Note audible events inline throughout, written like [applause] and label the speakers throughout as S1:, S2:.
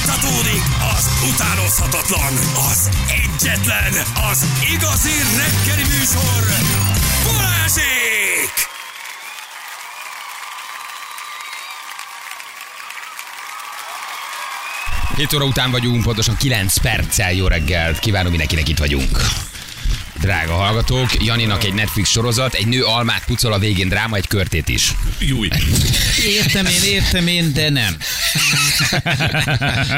S1: Fújtatódik az utánozhatatlan, az egyetlen, az igazi reggeli műsor, Balázsék!
S2: Hét óra után vagyunk, pontosan 9 perccel jó reggelt. Kívánom mindenkinek itt vagyunk. Drága hallgatók, Janinak egy Netflix sorozat, egy nő almát pucol a végén dráma, egy körtét is.
S3: Júj.
S4: Értem én, értem én, de nem.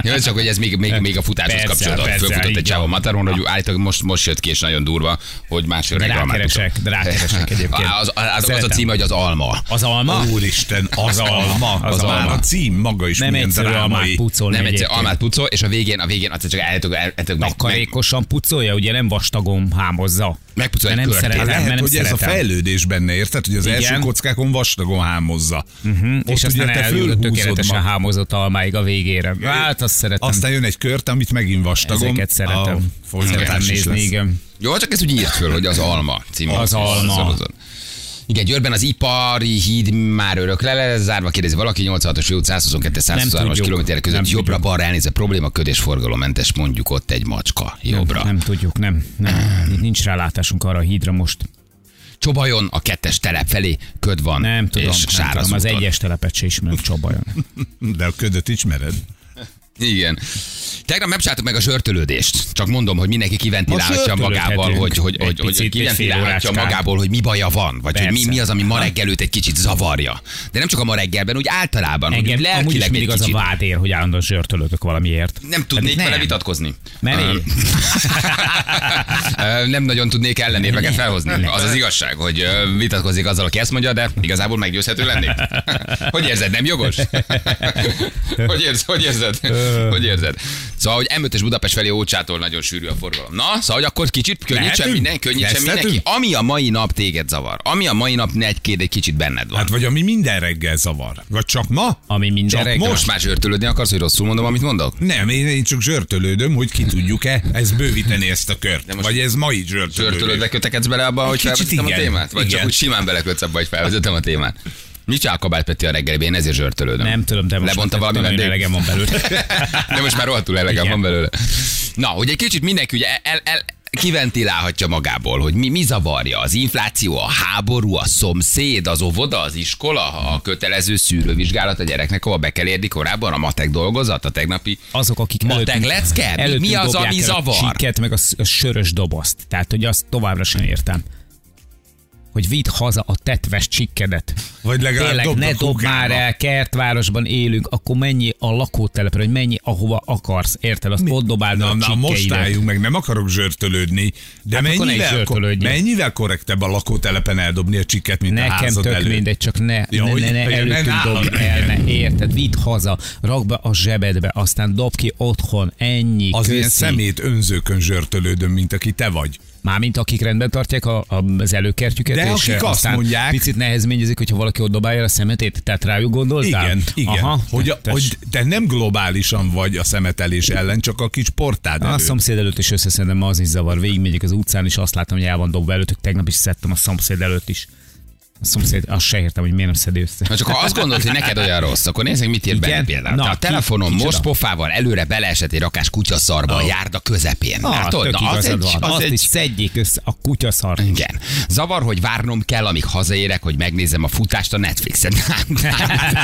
S2: Jó, csak hogy ez még, még, még a futáshoz
S3: Persze,
S2: kapcsolódott.
S3: persze,
S2: Fölfutott egy
S3: így
S2: csávó Mataron, hogy állítólag most, most jött ki, és nagyon durva, hogy másfél reggel almát pucol.
S3: Rákeresek, rákeresek egyébként.
S2: Az, az, az, [laughs] a
S3: Szeretem.
S2: címe, hogy az alma.
S3: Az alma?
S5: Úristen, az alma, az,
S3: az
S5: alma.
S2: alma.
S5: a cím maga is
S3: Nem
S5: milyen
S3: egyszerű almát
S5: drámai.
S3: pucolni
S2: Nem egyszer
S3: egyébként.
S2: almát pucol, és a végén, a végén, azt csak állítólag el- el- meg- meg,
S3: Takarékosan pucolja, ugye nem vastagon hámozza.
S2: Megpucol
S3: De
S2: egy
S3: nem
S2: körtét.
S3: szeretem,
S5: Hát Lehet,
S3: mert nem
S5: hogy
S3: szeretem.
S5: ez a fejlődés benne, érted? Hogy az
S3: Igen. Mhm.
S5: első kockákon vastagon hámozza. Uh-huh. Ott
S3: és aztán eljut a tökéletesen hámozott almáig a végére. Hát azt szeretem.
S5: Aztán jön egy kört, amit megint vastagon.
S3: Ezeket szeretem.
S5: A
S3: Szeretem
S5: folytatás is
S3: nézni,
S5: lesz.
S3: igen.
S2: Jó, csak ez úgy írt föl, hogy az Alma című.
S3: Az Alma.
S2: sorozat. Igen, Győrben az ipari híd már örökre le lesz zárva, kérdezi valaki, 86-os út, 122
S3: Nem
S2: 123-as
S3: tudjuk.
S2: kilométerek
S3: Nem
S2: között
S3: tudjuk.
S2: jobbra-balra elnéz a probléma, ködés forgalommentes, mondjuk ott egy macska, jobbra.
S3: Nem tudjuk, nem. nem. Nincs rálátásunk arra a hídra most.
S2: Csobajon a kettes telep felé köd van,
S3: Nem tudom,
S2: és
S3: nem
S2: sáraz
S3: tudom. az
S2: úton.
S3: egyes telepet se ismerem Csabajon.
S5: De a ködöt ismered?
S2: Igen. Tegnap megcsináltuk meg a zsörtölődést. Csak mondom, hogy mindenki kiventilálhatja
S3: Most
S2: magával, hogy, hogy,
S3: egy
S2: hogy, hogy, hogy
S3: picit, egy fél
S2: kiventilálhatja
S3: órácskán.
S2: magából, hogy mi baja van, vagy hogy mi,
S3: Persze.
S2: mi az, ami ma reggel őt egy kicsit zavarja. De nem csak a ma reggelben, úgy általában, hogy úgy
S3: Engem amúgy is
S2: lelkileg egy
S3: mindig az a
S2: kicsit.
S3: vád ér, hogy állandóan zsörtölötök valamiért.
S2: Nem tudnék
S3: Hát
S2: vele vitatkozni.
S3: Menő.
S2: [laughs] Öm, Öm, nem nagyon tudnék ellenérveket felhozni. Az az igazság, hogy ö, vitatkozik azzal, aki ezt mondja, de igazából meggyőzhető lennék. [laughs] Hogy érzed, nem jogos? Hogy érzed? Hogy érzed? Hogy érzed? Szóval, hogy M5-ös Budapest felé Ócsától nagyon sűrű a forgalom. Na, szóval, hogy akkor kicsit könnyítsen
S5: Lehetünk?
S2: minden, könnyítsen
S5: Kezdhetünk?
S2: mindenki. Ami a mai nap téged zavar, ami a mai nap egy-két egy kicsit benned van.
S5: Hát vagy ami minden reggel zavar. Vagy csak ma?
S3: Ami minden
S5: Csak
S3: reggel.
S2: Most már zsörtölődni akarsz, hogy rosszul mondom, amit mondok?
S5: Nem, én, én csak zsörtölődöm, hogy ki tudjuk-e ezt bővíteni ezt a kört.
S2: most
S5: Vagy ez ma így zsörtölődés.
S2: Törtölődve kötekedsz bele abba, hogy
S5: Kicsit
S2: felvezetem a
S5: igen.
S2: témát? Vagy csak
S5: Igen.
S2: úgy simán belekötsz abba, hogy felvezetem a témát? Mit csinál Kabát Peti a reggeliben? Én ezért zsörtölődöm.
S3: Nem tudom, de most
S2: Lebonta
S3: már
S2: valami
S3: tudom, hogy
S2: vendég?
S3: elegem van belőle.
S2: [laughs] De most már rohadtul elegem
S3: Igen.
S2: van belőle. Na, hogy egy kicsit mindenki ugye el, el, kiventilálhatja magából, hogy mi, mi zavarja. Az infláció, a háború, a szomszéd, az óvoda, az iskola, a kötelező szűrővizsgálat a gyereknek, ahova be kell érni korábban, a matek dolgozat, a tegnapi
S3: azok, akik
S2: Matek
S3: előttünk-
S2: lecke? Mi-
S3: előttünk
S2: mi az,
S3: dobják
S2: ami
S3: el
S2: zavar?
S3: A csiket, meg a, sz- a sörös dobozt. Tehát, hogy azt továbbra sem értem. Hogy vidd haza a tetves csikkedet.
S5: Vagy legalább
S3: Tényleg,
S5: dobd a
S3: ne dob
S5: kukába.
S3: már el, kertvárosban élünk, akkor mennyi a lakótelepre, hogy mennyi, ahova akarsz. Érted? Azt ott dobáld
S5: Na,
S3: a
S5: na most
S3: csikkeidet.
S5: álljunk meg, nem akarok zsörtölődni, de
S3: Hát akkor ne is
S5: mennyivel, ko-
S3: zsörtölődjünk.
S5: mennyivel korrektebb a lakótelepen eldobni a csikket, mint a
S3: Nekem
S5: házad
S3: tök
S5: előtt?
S3: mindegy, csak ne,
S5: Ja,
S3: ne,
S5: hogy-
S3: ne, ne
S5: igen,
S3: előttünk
S5: ne
S3: dobd
S5: nálad.
S3: el, ne, érted? Vidd haza, rakd be a zsebedbe, aztán dob ki otthon, ennyi,
S5: Az ilyen
S3: köszi.
S5: szemét önzőkön zsörtölődöm, mint aki te vagy.
S3: Mármint akik rendben tartják a, a, az előkertjüket,
S5: De
S3: és eh,
S5: akik azt
S3: aztán
S5: mondják-
S3: picit nehezményezik, hogyha valaki ott dobálja el a szemetét, tehát rájuk gondoltál?
S5: Igen, igen.
S3: Aha,
S5: hogy, a,
S3: tettes.
S5: hogy te nem globálisan vagy a szemetelés ellen, csak a kis portád
S3: a
S5: előtt.
S3: szomszéd előtt is összeszedem, ma az is zavar. Végigmegyek az utcán, és azt látom, hogy el van dobva előttük. Tegnap is szedtem a szomszéd előtt is. A szomszéd, azt se értem, hogy miért nem szedi össze.
S5: Hát,
S2: Na csak ha azt gondolod, hogy neked olyan rossz, akkor nézzük, mit írt
S3: Igen?
S2: benne például.
S3: Na,
S2: Na, a
S3: ki-
S2: telefonom
S3: kicsoda?
S2: most pofával előre beleesett egy rakás kutyaszarba a járda közepén.
S5: hát
S2: Látod?
S3: Ah, tök
S2: Na, az
S3: igazad
S2: egy,
S3: van.
S2: az
S3: Azt
S2: egy
S3: is szedjék össze a kutyaszart.
S2: igen. Zavar, hogy várnom kell, amíg hazaérek, hogy megnézem a futást a
S3: [laughs]
S2: Netflixen. [laughs]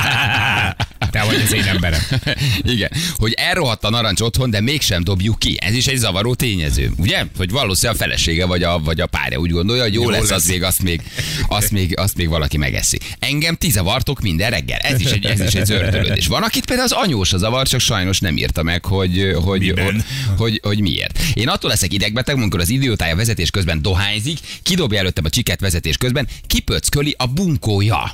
S3: Te vagy az én emberem.
S2: [laughs] Igen. Hogy elrohadt a narancs otthon, de mégsem dobjuk ki. Ez is egy zavaró tényező. Ugye? Hogy valószínűleg a felesége vagy a, vagy a párja úgy gondolja, hogy jó, jó lesz, az még, azt még, azt még, azt még valaki megeszi. Engem ti zavartok minden reggel. Ez is egy, ez is egy zördölődés. Van, akit például az anyós a zavar, csak sajnos nem írta meg, hogy, hogy, hogy, hogy, hogy miért. Én attól leszek idegbeteg, amikor az idiótája vezetés közben dohányzik, kidobja előttem a csiket vezetés közben, kipöcköli a bunkója.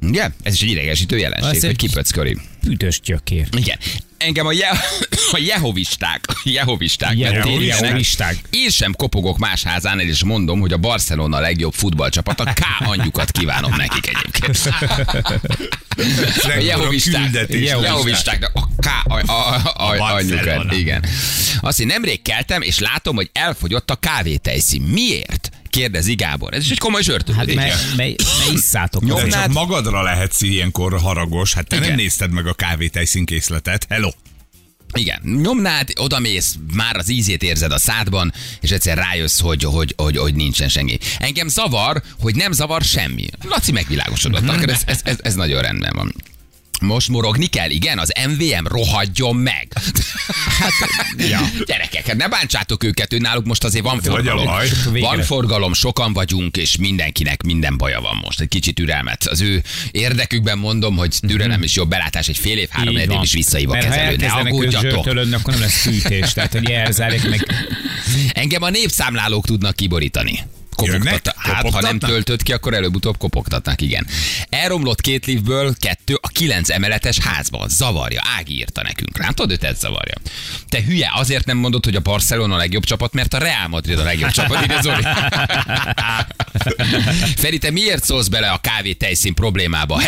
S2: Ugye? Ez is egy idegesítő jelenség,
S3: Ez
S2: hogy
S3: egy-
S2: kipöcköli.
S3: Büdös gyökér.
S2: Igen. Engem a, je- [coughs] a jehovisták, a jehovisták,
S3: Jeho-
S2: mert tényleg-
S3: jehovisták.
S2: Én sem kopogok más házánál, és mondom, hogy a Barcelona legjobb futballcsapata, K anyjukat kívánom nekik egyébként. A jehovisták,
S5: küldetés.
S2: jehovistáknak a K a, a, a, a anyjukat.
S5: Barcelona.
S2: Igen. Azt én nemrég keltem, és látom, hogy elfogyott a kávétejszín. Miért? kérdezi Gábor. Ez is egy komoly
S3: Hát
S2: zsörtölődés.
S3: mely, mely, mely isszátok?
S2: Jó,
S5: De
S3: Azért?
S2: Jobbnál-
S5: csak magadra lehetsz ilyenkor haragos. Hát te
S2: Igen.
S5: nem nézted meg a kávétejszínkészletet. Hello!
S2: Igen, nyomnád, oda mész, már az ízét érzed a szádban, és egyszer rájössz, hogy, hogy, hogy, hogy nincsen senki. Engem zavar, hogy nem zavar semmi. Laci megvilágosodott, akkor ez, ez, ez, ez nagyon rendben van. Most morogni kell, igen, az MVM rohadjon meg. Hát, ja. Gyerekek, hát ne bántsátok őket, ő náluk most azért van
S5: Vagy a
S2: forgalom.
S5: baj.
S2: Van forgalom, sokan vagyunk, és mindenkinek minden baja van most. Egy kicsit türelmet. Az ő érdekükben mondom, hogy türelem is jobb belátás, egy fél év, három
S3: Mhm. Így
S2: négy év
S3: van.
S2: is visszaív a
S3: Mert ha
S2: kezelő. Ne
S3: elkezdenek
S2: aggódjatok.
S3: ők akkor nem lesz
S2: [laughs]
S3: fűtés. Tehát, hogy elzárják meg.
S2: Engem a népszámlálók tudnak kiborítani. Kopogtat,
S5: Jönnek?
S2: hát, ha nem
S5: Kopogtatnak?
S2: töltött ki, akkor előbb-utóbb kopogtatnak, igen. Elromlott két liftből kettő a kilenc emeletes házban. Zavarja. Ági írta nekünk. Nem tudod, őt ez zavarja. Te hülye, azért nem mondod, hogy a Barcelona a legjobb csapat, mert a Real Madrid a legjobb csapat. Ide
S5: [laughs]
S2: Zoli. Feri, te miért szólsz bele a kávé tejszín problémába?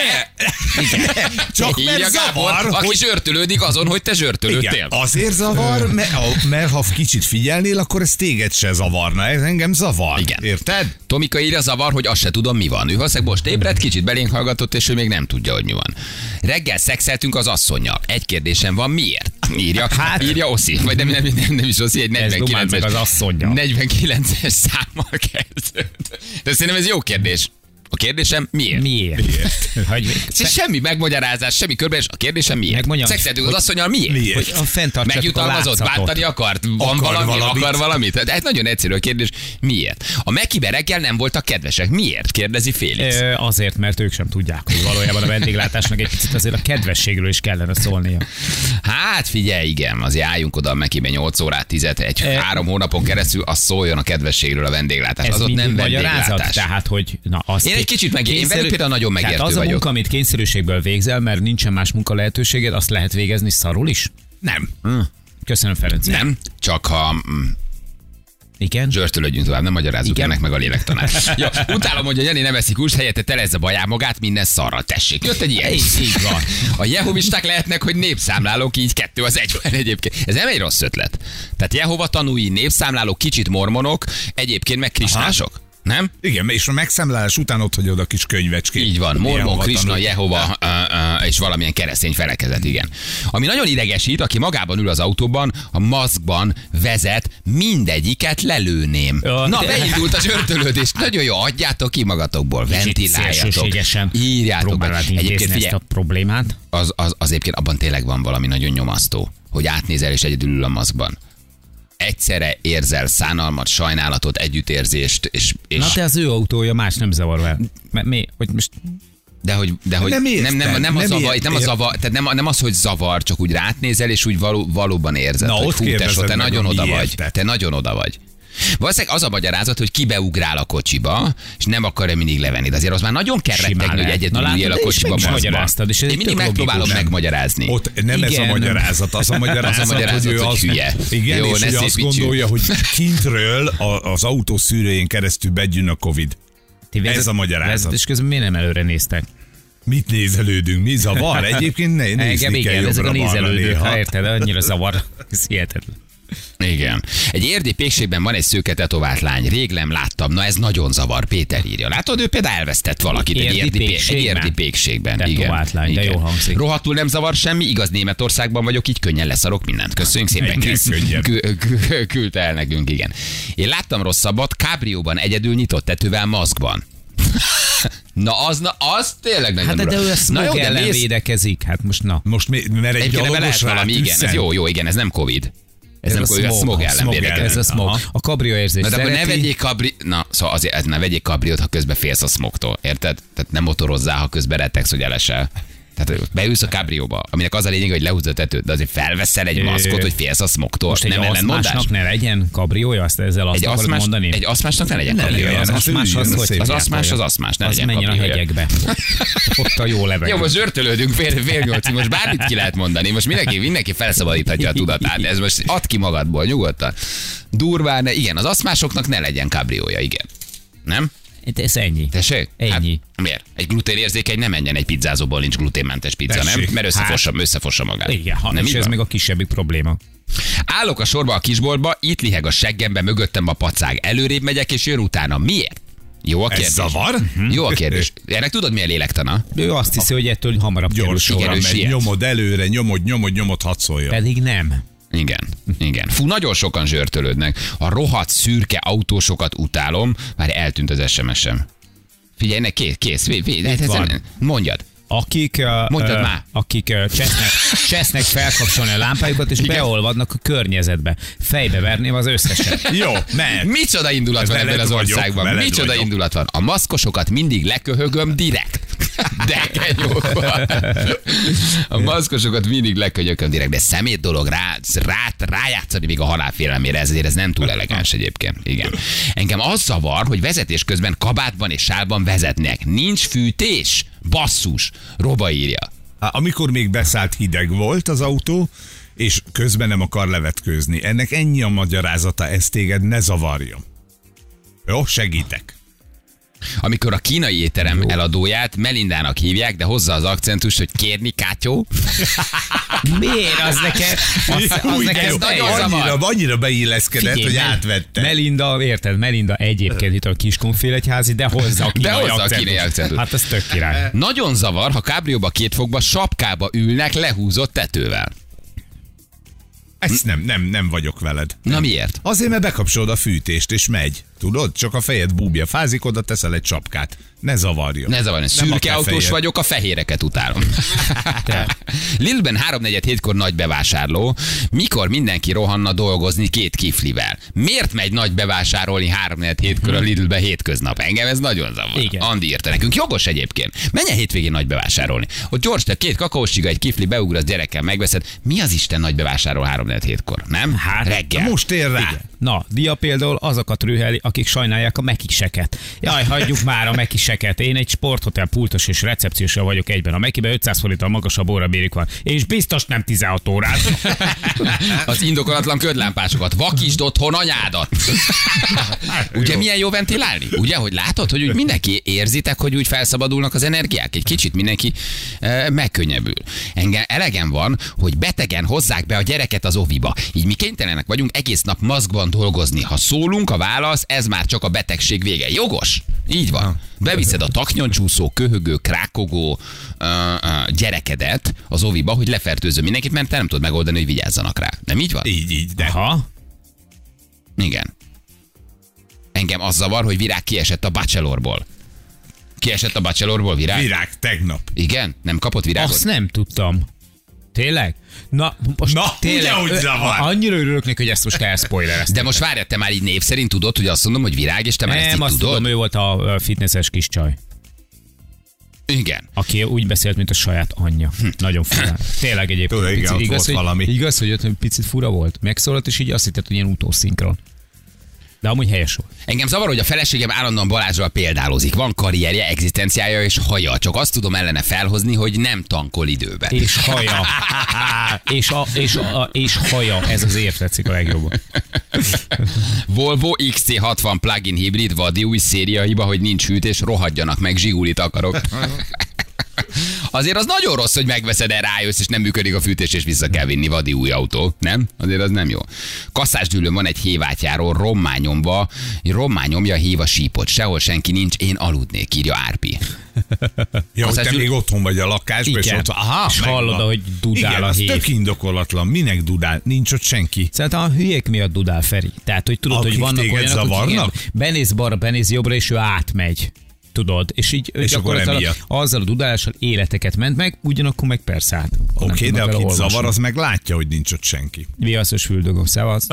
S2: Igen.
S5: Csak
S2: Írja
S5: mert
S2: Gábor,
S5: zavar,
S2: aki
S5: hogy-
S2: zsörtölődik azon, hogy te zsörtölődtél.
S5: Igen, azért zavar, mert, mert ha kicsit figyelnél, akkor ez téged se zavarna. Ez engem zavar.
S2: Igen.
S5: Érted?
S2: Tomika írja zavar, hogy azt se tudom, mi van. Ő valószínűleg most ébredt, kicsit belénk hallgatott, és ő még nem tudja, hogy mi van. Reggel szexeltünk az asszonynal. Egy kérdésem van, miért? Írja, hát, írja Oszi, vagy nem, nem, nem, nem is Oszi, egy
S3: Ez dumál meg az
S2: 49-es,
S3: asszonyja.
S2: 49-es számmal kezdődött. De szerintem ez jó kérdés. A kérdésem miért? Mi?
S3: Miért? Miért? Hogy,
S2: Semmi megmagyarázás, semmi körben, a kérdésem miért?
S3: Megmondjam,
S2: Szexeltünk az asszonynal miért?
S5: miért?
S3: hogy a fenntartsatok
S2: Megjutalmazott,
S3: a látszatot.
S2: bántani akart, van
S5: Akar
S2: valami,
S5: valamit.
S2: akar valamit. Tehát ez nagyon egyszerű a kérdés, miért? A mekiberekkel nem voltak kedvesek, miért? Kérdezi Félix.
S3: Ö, Azért, mert ők sem tudják, hogy valójában a vendéglátásnak egy picit azért a kedvességről is kellene szólnia.
S2: Hát figyelj, igen, azért álljunk oda a Mekibe 8 órát, 10 egy
S3: E-
S2: három hónapon keresztül, az szóljon a kedvességről a vendéglátás.
S3: Ez
S2: Az ott
S3: mindig
S2: nem
S3: magyarázat,
S2: vendéglátás.
S3: tehát hogy na azt
S2: Én egy kicsit meg- én velük például nagyon megértő
S3: tehát az a
S2: vagyok.
S3: munka, amit kényszerűségből végzel, mert nincsen más munka lehetőséged, azt lehet végezni szarul is?
S5: Nem.
S3: Hm. Köszönöm, Ferenc.
S2: Nem, csak ha mm,
S3: Igen?
S2: zsörtölődjünk tovább, nem magyarázzuk Igen. ennek meg a [laughs] lélektanát. ja, utálom, hogy a Jani nem eszik húst, helyette telezze bajá magát, minden szarra tessék. Jött egy ilyen. Így, így van. A jehovisták lehetnek, hogy népszámlálók, így kettő az egyben egyébként. Ez nem egy rossz ötlet. Tehát Jehova tanúi, népszámlálók, kicsit mormonok, egyébként meg kristások. Nem?
S5: Igen, és a megszámlálás után ott hagyod a kis könyvecskét.
S2: Így van, Mormon,
S5: Jehova
S2: Krishna,
S5: tanú.
S2: Jehova ö, ö, és valamilyen keresztény felekezet, igen. Ami nagyon idegesít, aki magában ül az autóban, a maszkban vezet, mindegyiket lelőném.
S3: Jó.
S2: Na, beindult a zsörtölődés. Nagyon jó, adjátok ki magatokból, ventiláljatok,
S3: szélsőségesen
S2: írjátok meg.
S3: próbálod
S2: Egyébként
S3: intézni ezt
S2: figyelj,
S3: a problémát.
S2: az, az, az egyébként abban tényleg van valami nagyon nyomasztó, hogy átnézel és egyedül ül a maszkban. Egyszerre érzel szánalmat, sajnálatot, együttérzést, és, és
S3: Na te az ő autója, más nem zavar el. Mert mi? Hogy most
S2: De hogy, de hogy
S5: Nem
S2: nem,
S5: érted,
S2: nem, nem, a
S5: nem
S2: zavar,
S5: ért-
S2: nem a
S5: ért-
S2: zavar, tehát nem, nem az, hogy zavar, csak úgy rátnézel, és úgy való, valóban érzed,
S5: Na,
S2: hogy
S5: ott
S2: hú, tesó,
S5: kérdezed
S2: te
S5: meg,
S2: nagyon
S5: hogy
S2: oda
S5: mi
S2: vagy.
S5: érted.
S2: Te nagyon oda vagy. Valószínűleg az a magyarázat, hogy kibeugrál a kocsiba, és nem akarja mindig levenni. De azért az már nagyon kell
S3: Simán
S2: rettegni, hogy
S3: lehet.
S2: egyedül
S3: Na látod,
S2: üljél a
S3: de is
S2: kocsiba.
S3: meg is
S2: maszkba.
S3: magyaráztad, és ez
S2: Én
S3: egy
S2: mindig
S3: tök
S2: megpróbálom
S3: logikus.
S2: megmagyarázni.
S5: Ott nem ez a
S3: Igen.
S5: magyarázat, az a magyarázat,
S2: [laughs] Az a magyarázat,
S5: hogy ő
S2: hogy
S5: azt,
S2: hülye.
S5: Igen,
S2: Jó,
S5: és
S2: ne
S5: ő azt
S2: szépítsük.
S5: gondolja, hogy kintről a- az autó szűrőjén keresztül begyűn a Covid.
S3: ti
S5: Ez a magyarázat.
S3: vezet- És közben miért nem előre néztek?
S5: Mit nézelődünk? Mi zavar? Egyébként ne,
S3: Engem
S5: nézni kell
S3: igen, ezek a
S5: jobbra-balra
S3: nézelődők, ha
S5: néha.
S3: érted, annyira zavar. Ez hihetetlen.
S2: Igen. Egy érdi pékségben van egy szőke tetovált lány. Rég nem láttam. Na ez nagyon zavar. Péter írja. Látod, ő például elvesztett valakit egy
S3: Érdi
S2: érdi, pé- egy
S3: pékségben?
S2: érdi pékségben. Igen.
S3: Tetovált lány, de
S2: Igen.
S3: jó hangzik.
S2: Rohadtul nem zavar semmi. Igaz, Németországban vagyok, így könnyen leszarok mindent. Köszönjük szépen,
S5: Egyre
S2: Krisz.
S5: könnyebb.
S2: Kü- kü- Küldte el nekünk, igen. Én láttam rosszabbat, kábrióban egyedül nyitott tetővel maszkban. [laughs] Na az, na az tényleg nagyon
S3: Hát de,
S2: durva.
S3: de ő a
S2: Na jó,
S3: smog
S2: de
S3: ellen
S2: mész-
S3: védekezik. Hát most na.
S5: Most mi, mert egy
S2: Egyébként ebben lehet
S5: gyalogos
S2: valami, igen, ez jó, jó, igen, ez nem Covid. Ez,
S3: Ez
S2: nem
S3: a
S2: Covid, ez
S3: smog.
S2: smog
S3: A
S2: ellen
S5: smog
S2: védekezik.
S5: ellen.
S3: Ez a smog.
S5: Aha.
S3: A kabrio érzés.
S2: Na de akkor ne
S3: szereti.
S2: vegyék kabri... Na, szóval azért ez ne vegyék kabriót, ha közben félsz a smogtól, érted? Tehát nem motorozzál, ha közben rettegsz, hogy elesel. Tehát beülsz a kábrióba, aminek az a lényeg, hogy lehúzod a tetőt, de azért felveszel egy maszkot, hogy félsz a smogtól.
S3: Most
S2: nem
S3: egy
S2: ellenmondás?
S3: aszmásnak ne legyen kabriója, azt ezzel azt
S2: Egy
S3: akarod
S2: aszmás,
S3: mondani?
S2: egy aszmásnak ne legyen
S3: Nem
S2: kabriója.
S3: legyen, az
S5: az
S3: aszmás
S5: üljön
S3: az,
S5: a
S3: hogy
S5: szépen.
S2: Az aszmás, az aszmás, ne
S3: az
S2: legyen
S3: menjen a
S2: kabriója.
S3: hegyekbe. Ott a jó levegő.
S2: [laughs] Jó, most zsörtölődünk fél, fél nyolcig, most bármit ki lehet mondani, most mindenki, mindenki felszabadíthatja a tudatát, ez most add ki magadból, nyugodtan. Durván, igen, az aszmásoknak ne legyen kabriója, igen. Nem?
S3: Hát Ez ennyi.
S2: Tessék?
S3: Ennyi.
S2: Hát, miért? Egy gluténérzékeny nem menjen egy pizzázóból, nincs gluténmentes pizza, nem?
S5: Tessék.
S2: Mert összefossa, hát. összefossa magát.
S3: Igen, ha,
S2: nem
S3: és
S2: így
S3: ez
S2: van?
S3: még a kisebbik probléma.
S2: Állok a sorba a kisboltba, itt liheg a seggembe, mögöttem a pacág. Előrébb megyek, és jön utána. Miért? Jó a
S5: Ez
S2: kérdés. Mhm.
S5: zavar?
S2: Jó
S3: Mhm.
S2: a kérdés. Ennek tudod, mi a lélektana?
S3: Ő azt hiszi, hogy ettől hamarabb kerül
S5: Gyorsan
S3: sorra.
S2: sikerül,
S5: megy,
S2: siet.
S5: nyomod előre, nyomod, nyomod, nyomod, hadd szóljon.
S3: Pedig nem.
S2: Igen, igen. Fú, nagyon sokan zsörtölődnek. A rohadt szürke autósokat utálom, már eltűnt az SMS-em. Figyelj, ne, kész, kész, vé, vé, hát ezen-
S3: van.
S2: mondjad.
S3: Akik, ö,
S2: Mondjad
S3: ö,
S2: már.
S3: akik ö, csesznek, csesznek felkapcsolni a lámpájukat, és
S2: Igen.
S3: beolvadnak a környezetbe. Fejbe verném az összeset.
S5: Jó, mert
S2: Micsoda indulat van
S5: Veled
S2: ebben az
S5: vagyok,
S2: országban.
S5: veled
S2: Micsoda
S5: vagyok.
S2: indulat van. A maszkosokat mindig leköhögöm direkt. De jókban. A maszkosokat mindig lekönyököm direkt, de szemét dolog rá, rá, rájátszani még a halálfélelmére, ezért ez nem túl elegáns egyébként. Igen. Engem az zavar, hogy vezetés közben kabátban és sálban vezetnek. Nincs fűtés. Basszus. Roba írja.
S5: Há, Hát, amikor még beszállt hideg volt az autó, és közben nem akar levetkőzni. Ennek ennyi a magyarázata, ez téged ne zavarjon. Jó, segítek.
S2: Amikor a kínai étterem Jó. eladóját Melindának hívják, de hozzá az akcentus, hogy kérni, kátyó.
S3: Miért? Az neked, az, az
S5: Új, de
S3: neked
S5: jó.
S2: ez nagyon zavar.
S5: annyira, annyira beilleszkedett,
S3: Figyelj,
S5: hogy
S3: Mel-
S5: átvette.
S3: Melinda, érted, Melinda egyébként itt a kiskonfélegyházi, de hozza a kínai
S2: hozza a
S3: akcentust.
S2: kínai akcentust.
S3: Hát ez tök király.
S2: Nagyon zavar, ha kábrióba két fogba sapkába ülnek lehúzott tetővel.
S5: Ezt nem, nem, nem vagyok veled.
S2: Na miért?
S5: Azért, mert bekapcsolod a fűtést, és megy. Tudod, csak a fejed búbja fázik, oda teszel egy csapkát. Ne zavarjon.
S2: Ne zavarjon,
S5: Nem
S2: szürke
S5: akár
S2: autós
S5: fejed.
S2: vagyok, a fehéreket utálom. Lillben 3 hétkor nagy bevásárló, mikor mindenki rohanna dolgozni két kiflivel. Miért megy nagy bevásárolni 3 hétkor a Lidlbe hétköznap? Engem ez nagyon zavar.
S3: Igen.
S2: Andi írta nekünk, jogos egyébként. Menj el hétvégén nagy bevásárolni. Ott gyors, te két kakaósiga, egy kifli, beugrasz gyerekkel, megveszed. Mi az Isten nagy bevásárol 3 hétkor? Nem? Hát, reggel.
S5: Most ér rá.
S3: Na, Dia például azokat rüheli, akik sajnálják a mekiseket. Jaj, hagyjuk már a mekiseket. Én egy sporthotel pultos és recepciósa vagyok egyben. A mekibe 500 forinttal magasabb órabérük van. És biztos nem 16 órás.
S2: Az indokolatlan ködlámpásokat, vakítsd otthon anyádat. Ugye milyen jó ventilálni? Ugye, hogy látod, hogy úgy mindenki érzitek, hogy úgy felszabadulnak az energiák? Egy kicsit mindenki e, megkönnyebbül. Engem elegem van, hogy betegen hozzák be a gyereket az oviba. Így mi kénytelenek vagyunk egész nap maszkban dolgozni. Ha szólunk, a válasz, ez már csak a betegség vége. Jogos? Így van. Beviszed a taknyoncsúszó, köhögő, krákogó ö, ö, gyerekedet az oviba, hogy lefertőző mindenkit, mert te nem tudod megoldani, hogy vigyázzanak rá. Nem így van?
S5: Így, így, de.
S3: Ha?
S2: Igen. Engem az zavar, hogy virág kiesett a bachelorból. Kiesett a bachelorból virág?
S5: Virág, tegnap.
S2: Igen? Nem kapott virágot?
S3: Azt nem tudtam. Tényleg? Na, most
S5: Na,
S3: tényleg,
S5: ugye, hogy zavar.
S3: ö, Annyira örülök neki, hogy ezt most elspoilereztem.
S2: De most várjál, te már így név szerint tudod, hogy azt mondom, hogy virág, és te már ezt így
S3: Nem, azt
S2: tudod?
S3: tudom, ő volt a ö, fitnesses kis csaj,
S2: Igen.
S3: aki úgy beszélt, mint a saját anyja. Nagyon fura. Tényleg egyébként.
S5: Hm. Tudod, igen, ott volt
S3: hogy,
S5: valami.
S3: Igaz, hogy ott picit fura volt. Megszólalt, és így azt hittet, hogy ilyen utószinkron. De amúgy helyes volt.
S2: Engem zavar, hogy a feleségem állandóan Balázsral példálozik. Van karrierje, egzisztenciája és haja. Csak azt tudom ellene felhozni, hogy nem tankol időben.
S5: [laughs]
S3: És haja. és, a, és, a, és haja. Ez az ért tetszik a legjobban.
S2: Volvo XC60 plug-in hibrid vadi új széria hiba, hogy nincs hűtés, rohadjanak meg, zsigulit
S3: [laughs]
S2: akarok. Azért az nagyon rossz, hogy megveszed, el rájössz, és nem működik a fűtés, és vissza kell vinni vadi új autó. Nem? Azért az nem jó. Kasszásdűlőn van egy hévátjáról, rommányomba, rommányomja a héva sípot. Sehol senki nincs, én aludnék, írja Árpi.
S5: Ja, hogy te
S2: Kasszás-
S5: még otthon vagy a lakásban, és
S3: Igen.
S5: ott, aha,
S3: És
S5: megvan.
S3: hallod, ahogy dudál
S5: Igen,
S3: a
S5: az
S3: hív.
S5: tök indokolatlan. Minek dudál? Nincs ott senki.
S3: Szerintem a hülyék miatt dudál Feri. Tehát, hogy tudod,
S5: Akik
S3: hogy vannak
S5: téged
S3: olyanok,
S5: zavarnak?
S3: akik igen, benéz balra, benéz jobbra, és ő átmegy. Tudod, és így
S5: És akkor
S3: gyakorlatilag
S5: emiatt.
S3: azzal a dudálással életeket ment meg, ugyanakkor meg persze át.
S5: Oké,
S3: Nem
S5: okay, de
S3: tudnak vele
S5: akit
S3: olvasni.
S5: zavar, az meg látja, hogy nincs ott senki.
S3: Viaszos füldögöm, szevasz.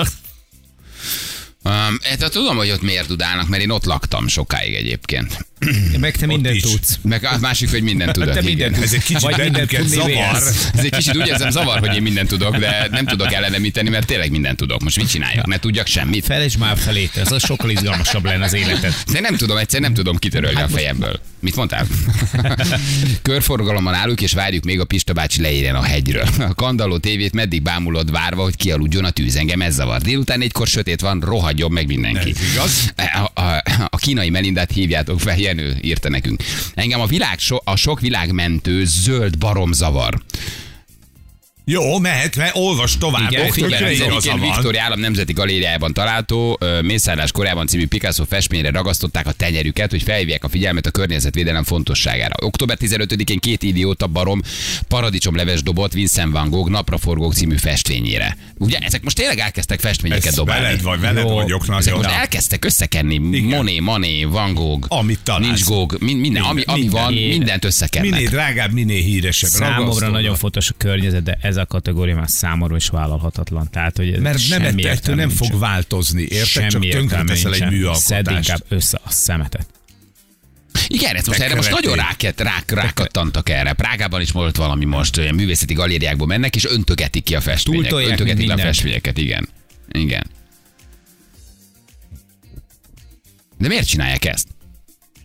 S2: Um, hát tudom, hogy ott miért dudálnak, mert én ott laktam sokáig egyébként.
S3: Meg te mindent
S5: is.
S3: tudsz.
S2: Meg a másik, hogy mindent tudok.
S3: Te mindent
S2: igen.
S5: Ez egy kicsit
S3: Vagy mindent
S5: bennünket
S3: tudni
S5: zavar.
S3: vélsz.
S2: Ez egy kicsit úgy érzem zavar, hogy én mindent tudok, de nem tudok ellenemíteni, mert tényleg mindent tudok. Most mit csináljak? Ne tudjak semmit.
S3: Felejtsd már felét, ez a sokkal izgalmasabb lenne az életed.
S2: De nem tudom, egyszer nem tudom kitörölni
S5: Hát
S2: a fejemből. Mit mondtál? [laughs] Körforgalomban állunk, és várjuk még a Pista bácsi leérjen a hegyről. A kandalló tévét meddig bámulod várva, hogy kialudjon a tűz. Engem ez zavar. Délután egykor sötét van, rohadjon meg mindenki. E,
S5: Ez igaz.
S2: A, a, a kínai melindát hívjátok fel, Jenő írta nekünk. Engem a világ, so, a sok világmentő zöld barom zavar.
S5: Jó, mehet, mert olvas tovább.
S2: Igen,
S5: Ott tökre
S2: igen, ez
S5: igaza
S2: egyébként
S5: van.
S2: Viktória Állam Nemzeti Galériájában található ö, Mészárlás korában című Picasso festményre ragasztották a tenyerüket, hogy felhívják a figyelmet a környezetvédelem fontosságára. Október 15-én két idióta barom paradicsomleves dobott Vincent van Gogh napraforgók című festményére. Ugye ezek most tényleg elkezdtek festményeket
S5: Ez
S2: dobálni.
S5: veled vagy, veled vagyok
S2: ezek
S5: nagyon.
S2: most
S5: Na,
S2: elkezdtek összekenni Moné, Mané, Van Gogh,
S5: Amit találsz.
S2: nincs Gog, min, minden, ami, ami
S5: Minden.
S2: van,
S5: Minden.
S2: mindent összekennek.
S5: Minél drágább, minél híresebb.
S3: Számomra
S5: ragasztóra.
S3: nagyon fontos a környezet, de ez a kategória már számomra is vállalhatatlan. Tehát, hogy
S5: Mert nem
S3: semmi
S5: ett- ettől
S3: értelme
S5: nem
S3: nincsen.
S5: fog változni, érted?
S3: Semmi
S5: Csak tönkre
S3: értelme
S5: teszel egy
S3: nincsen. Szedd
S5: műalkotást.
S3: inkább össze a szemetet.
S2: Igen, ez most erre most
S5: követték.
S2: nagyon ráket, rák, rákattantak erre. Prágában is volt valami most, olyan művészeti galériákból mennek, és öntögetik ki a festményeket.
S3: Túltolják,
S2: Öntögetik
S3: mint
S2: le a
S3: mindent.
S2: festményeket, igen. Igen. De miért csinálják ezt?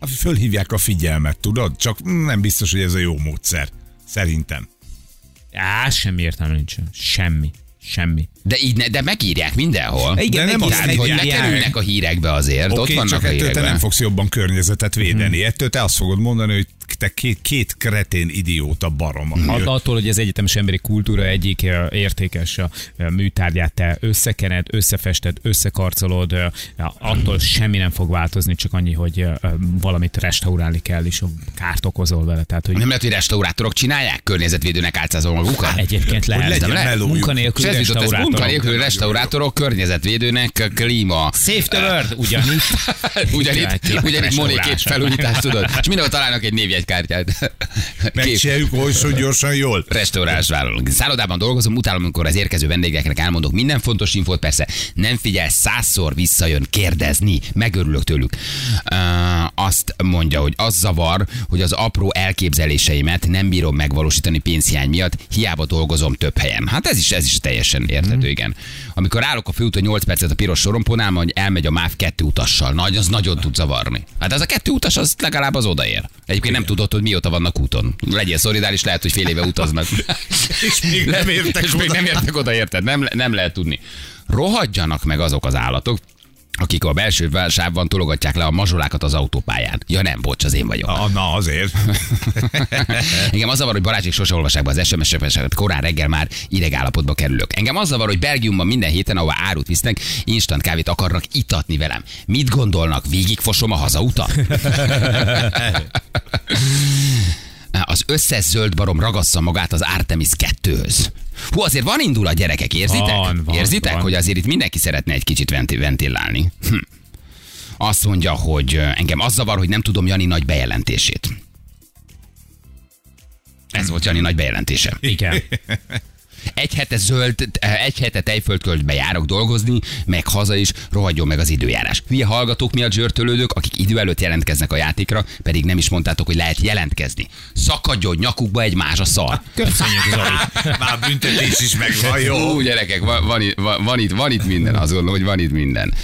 S5: Hát Fölhívják a figyelmet, tudod? Csak nem biztos, hogy ez a jó módszer. Szerintem.
S3: Á, semmi értelme nincsen. Semmi. Semmi.
S2: De így ne, de megírják mindenhol.
S5: Igen,
S2: de
S5: nem azt
S2: tehát, hogy ne
S5: írják.
S2: kerülnek a hírekbe azért,
S5: Oké,
S2: ott vannak
S5: csak
S2: a
S5: ettől te
S2: hírekben. Hmm.
S5: nem fogsz jobban környezetet védeni. Ettől te azt fogod mondani, hogy te két, két kretén idióta barom.
S2: Hmm.
S5: aki
S3: Att- attól, hogy az egyetemes emberi kultúra egyik ö, értékes ö, ö, műtárgyát te összekened, összefested, összekarcolod, ö, ja, attól semmi nem fog változni, csak annyi, hogy ö, ö, valamit restaurálni kell, és kárt okozol vele. Tehát, hogy
S2: Nem lehet, hogy restaurátorok csinálják, környezetvédőnek álcázol magukat?
S3: egyébként lehet,
S5: legyen
S3: nem lehet.
S5: melójuk.
S2: És
S3: munkanélküli
S2: ez jutott, ez
S3: restaurátor.
S2: munkanélkül restaurátorok, környezetvédőnek, klíma.
S3: Save the world, ugyanígy.
S2: [laughs] Hát, Ugyanitt,
S3: Királytól
S2: ugyanitt Moni
S3: restaurálása.
S2: két felújítást, tudod? És mindenhol találnak egy névjegykártyát. Kép.
S5: Megcsináljuk oly, hogy gyorsan jól.
S2: Restaurás vállalunk. Szállodában dolgozom, utálom, amikor az érkező vendégeknek elmondok minden fontos infót, persze nem figyel, százszor visszajön kérdezni, megörülök tőlük. Uh, azt mondja, hogy az zavar, hogy az apró elképzeléseimet nem bírom megvalósítani pénzhiány miatt, hiába dolgozom több helyen. Hát ez is, ez is teljesen
S5: Mhm.
S2: érthető, igen. Amikor állok a főúton 8 percet a piros sorompónál, hogy elmegy a MÁV kettő utassal. Nagy, az nagyon tud zavarni. Hát az a kettő utas, az legalább az odaér. Egyébként nem tudod, hogy mióta vannak úton. Legyél szolidáris, lehet, hogy fél éve utaznak.
S5: [laughs] És még
S2: [laughs]
S5: nem értek
S2: És még
S5: oda.
S2: nem értek oda, érted? Nem, le- nem lehet tudni. Rohadjanak meg azok az állatok, akik a belső válságban tologatják le a mazsolákat az autópályán. Ja nem, bocs, az én vagyok.
S5: Ah, na
S2: [laughs]
S5: azért.
S2: Engem az zavar, hogy Balázsik sose olvassák be az SMS-eket, korán reggel már idegállapotba kerülök. Engem az zavar, hogy Belgiumban minden héten, ahová árut visznek, instant kávét akarnak itatni velem. Mit gondolnak, végigfosom a hazautat? [laughs] Az összes zöld barom ragassza magát az Artemis 2-höz. Hú, azért van indul a gyerekek, érzitek?
S3: Van, van,
S2: érzitek,
S3: van.
S2: hogy azért itt mindenki szeretne egy kicsit venti- ventilálni. Hm. Azt mondja, hogy ö, engem az zavar, hogy nem tudom Jani nagy bejelentését. Ez volt Jani nagy bejelentése.
S3: Igen.
S2: Egy hete zöld, eh, egy hete tejföldköltbe járok dolgozni, meg haza is, rohadjon meg az időjárás. Hülye hallgatók miatt zsörtölődök, akik idő előtt jelentkeznek a játékra, pedig nem is mondtátok, hogy lehet jelentkezni. Szakadjon nyakukba egy mázsa szar.
S3: Köszönjük, Zoli.
S5: Már büntetés is megvan, Ah, jó?
S2: Ú, gyerekek, van, van, itt- van, van, itt, van itt minden, azt gondolom, hogy van itt minden.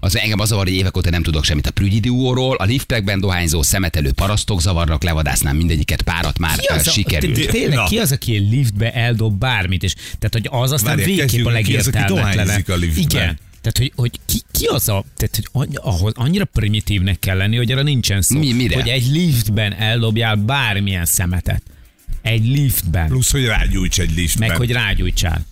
S2: Az engem az zavar, hogy évek óta nem tudok semmit a prügyidióról, a liftekben dohányzó szemetelő parasztok zavarnak, levadásznám mindegyiket párat már
S3: Ki
S2: eh,
S3: az, a-
S2: sikerült.
S3: té- Tényleg,
S5: Na.
S3: ki az, aki egy liftbe eldob bármit, és tehát, hogy az aztán
S5: Várjál,
S3: végképp a
S5: kezdjünk, ki az, aki
S3: legértelmetlenebb.
S5: dohányzik a liftben?
S3: Igen. Tehát, hogy, hogy ki, ki az a... Tehát, hogy annyi, ahhoz annyira primitívnek kell lenni, hogy arra nincsen szó.
S2: Mi- mire?
S3: Hogy egy liftben eldobjál bármilyen szemetet. Egy liftben.
S5: Plusz, hogy rágyújts egy liftben.
S3: meg, hogy rágyújtsál.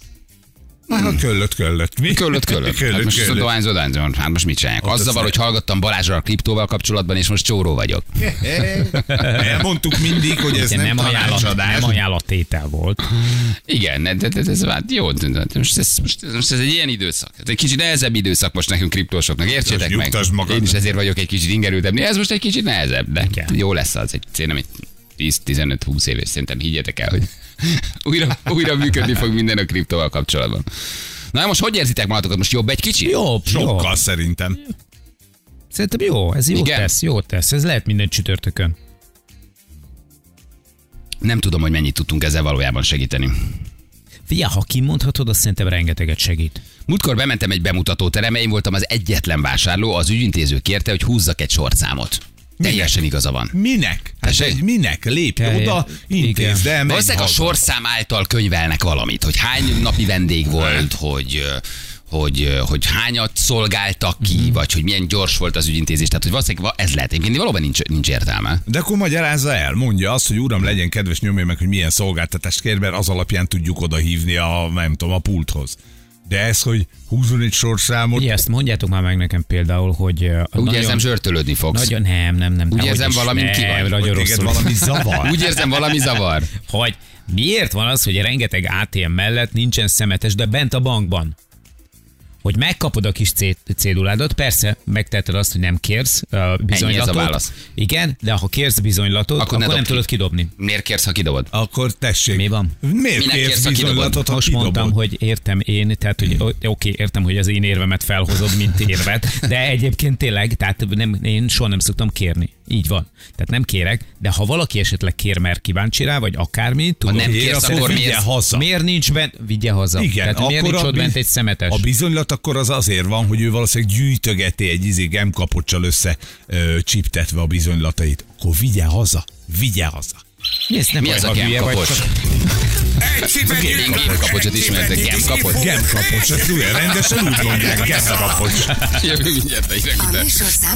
S5: Már ha köllött, köllött. Mi?
S2: Köllött, köllött. Hát
S5: köllött,
S2: most
S5: [laughs]
S2: viszont
S5: köllött.
S2: dohányzó, dohányzó, hát most mit csinálják?
S5: Ott
S2: Az
S5: az
S2: zavar,
S5: nem.
S2: hogy hallgattam Balázsra a kriptóval kapcsolatban, és most csóró vagyok.
S5: Elmondtuk mindig, hogy ez
S3: Ugye
S5: nem,
S3: ajánlat,
S5: tanácsadás.
S3: nem ajánlattétel volt.
S2: Igen, ne- de, de, de ez vált jó. de- de- de Most ez, most, ez- most ez egy ilyen időszak. Ez egy kicsit nehezebb időszak most nekünk kriptósoknak, értsétek
S5: Most
S2: meg.
S5: nyugtasd magad.
S2: Én is ezért vagyok egy kicsit ingerültebb. Ez most egy kicsit nehezebb, de
S3: Igen.
S2: jó lesz az. Egy, szerintem egy 10-15-20 év, és szerintem higgyetek el, hogy [laughs] újra, újra működni fog minden a kriptóval kapcsolatban. Na most hogy érzitek magatokat? Most jobb egy kicsit?
S3: Jobb, jó.
S5: Sokkal szerintem.
S3: Szerintem jó, ez jó
S2: Igen.
S3: tesz, jó tesz. Ez lehet minden csütörtökön.
S2: Nem tudom, hogy mennyit tudtunk ezzel valójában segíteni.
S3: Figyelj, ha kimondhatod, azt szerintem rengeteget segít.
S2: Múltkor bementem egy bemutató terembe, én voltam az egyetlen vásárló, az ügyintéző kérte, hogy húzzak egy sorszámot. Teljesen igaza van.
S5: Minek? Hát
S2: Tessék?
S5: egy minek? Lépj
S3: Kell-
S5: oda, intézd el, menj
S2: Valószínűleg a
S5: haza.
S3: Hát.
S2: sorszám által könyvelnek valamit, hogy hány napi vendég volt, hogy ö, hogy, hogy hányat szolgáltak ki,
S3: Mhm.
S2: mm. vagy hogy milyen gyors volt az ügyintézés. Tehát, hogy valószínűleg va- ez lehet. Egyébként valóban nincs, nincs
S3: Hát
S2: értelme.
S5: De akkor magyarázza el, mondja azt, hogy uram, legyen kedves, nyomja meg, hogy milyen szolgáltatást kér, mert az alapján tudjuk oda hívni a, nem tudom, a pulthoz. De ez, hogy húzzon egy sorszámot,
S3: Ugye ezt mondjátok már meg nekem például, hogy... ö,
S2: Úgy
S3: nagyon-
S2: érzem, zsörtölődni fogsz.
S3: Nagyon, nem, nem, nem. dehogy
S2: érzem,
S3: is,
S2: valamint
S3: nem,
S2: ki vagy,
S5: hogy
S3: Nagyon
S5: téged
S3: rosszul.
S5: valami zavar.
S2: Úgy érzem, valami zavar.
S3: [laughs] Hogy miért van az, hogy rengeteg ATM mellett nincsen szemetes, de bent a bankban? Hogy megkapod a kis cé- céduládat, persze megteheted azt, hogy nem kérsz ö, bizonylatot.
S2: válasz.
S3: Igen, de ha kérsz bizonylatot,
S2: Akkor
S3: akkor,
S2: ne
S3: akkor
S2: dobd
S3: nem
S2: ki.
S3: tudod kidobni.
S2: Miért kérsz, ha kidobod?
S5: akkor tessék.
S3: Mi van?
S5: Miért
S2: Minek
S5: kérsz
S2: kérsz, ha
S5: bizonylatot,
S2: kidobod?
S5: ha
S3: Most
S5: kidobod?
S3: mondtam, hogy értem én, tehát hogy o- oké, értem, hogy az én érvemet felhozod, mint érvet, de egyébként tényleg, tehát nem, én soha nem szoktam kérni. Így van. Tehát nem kérek, de ha valaki esetleg kér, mert kíváncsi rá, vagy akármi, tudod,
S2: nem
S3: hogy
S2: kérsz,
S3: akkor
S2: akkor
S5: vigye
S2: miért-
S5: haza.
S3: miért nincs bent, vigye haza.
S5: Igen,
S3: tehát miért
S5: akkor
S3: nincs
S5: a
S3: ott
S5: biz-
S3: bent egy szemetes?
S5: A bizonylat akkor az azért van, hogy ő valószínűleg gyűjtögeti egy izig emkapocsal össze ö, csiptetve a bizonylatait. Akkor vigye haza, vigye haza.
S3: Mi, ez nem
S2: Mi
S3: baj,
S2: az a
S3: ha hülye vagy,
S2: gemkapocs?
S3: csak-
S1: Egy
S2: Én gemkapocsot ismertek, gemkapocs.
S5: Gemkapocs, ezt ugye rendesen úgy mondják, gemkapocs.
S2: Jövünk mindjárt egy
S6: A
S2: reggel.
S6: műsorszám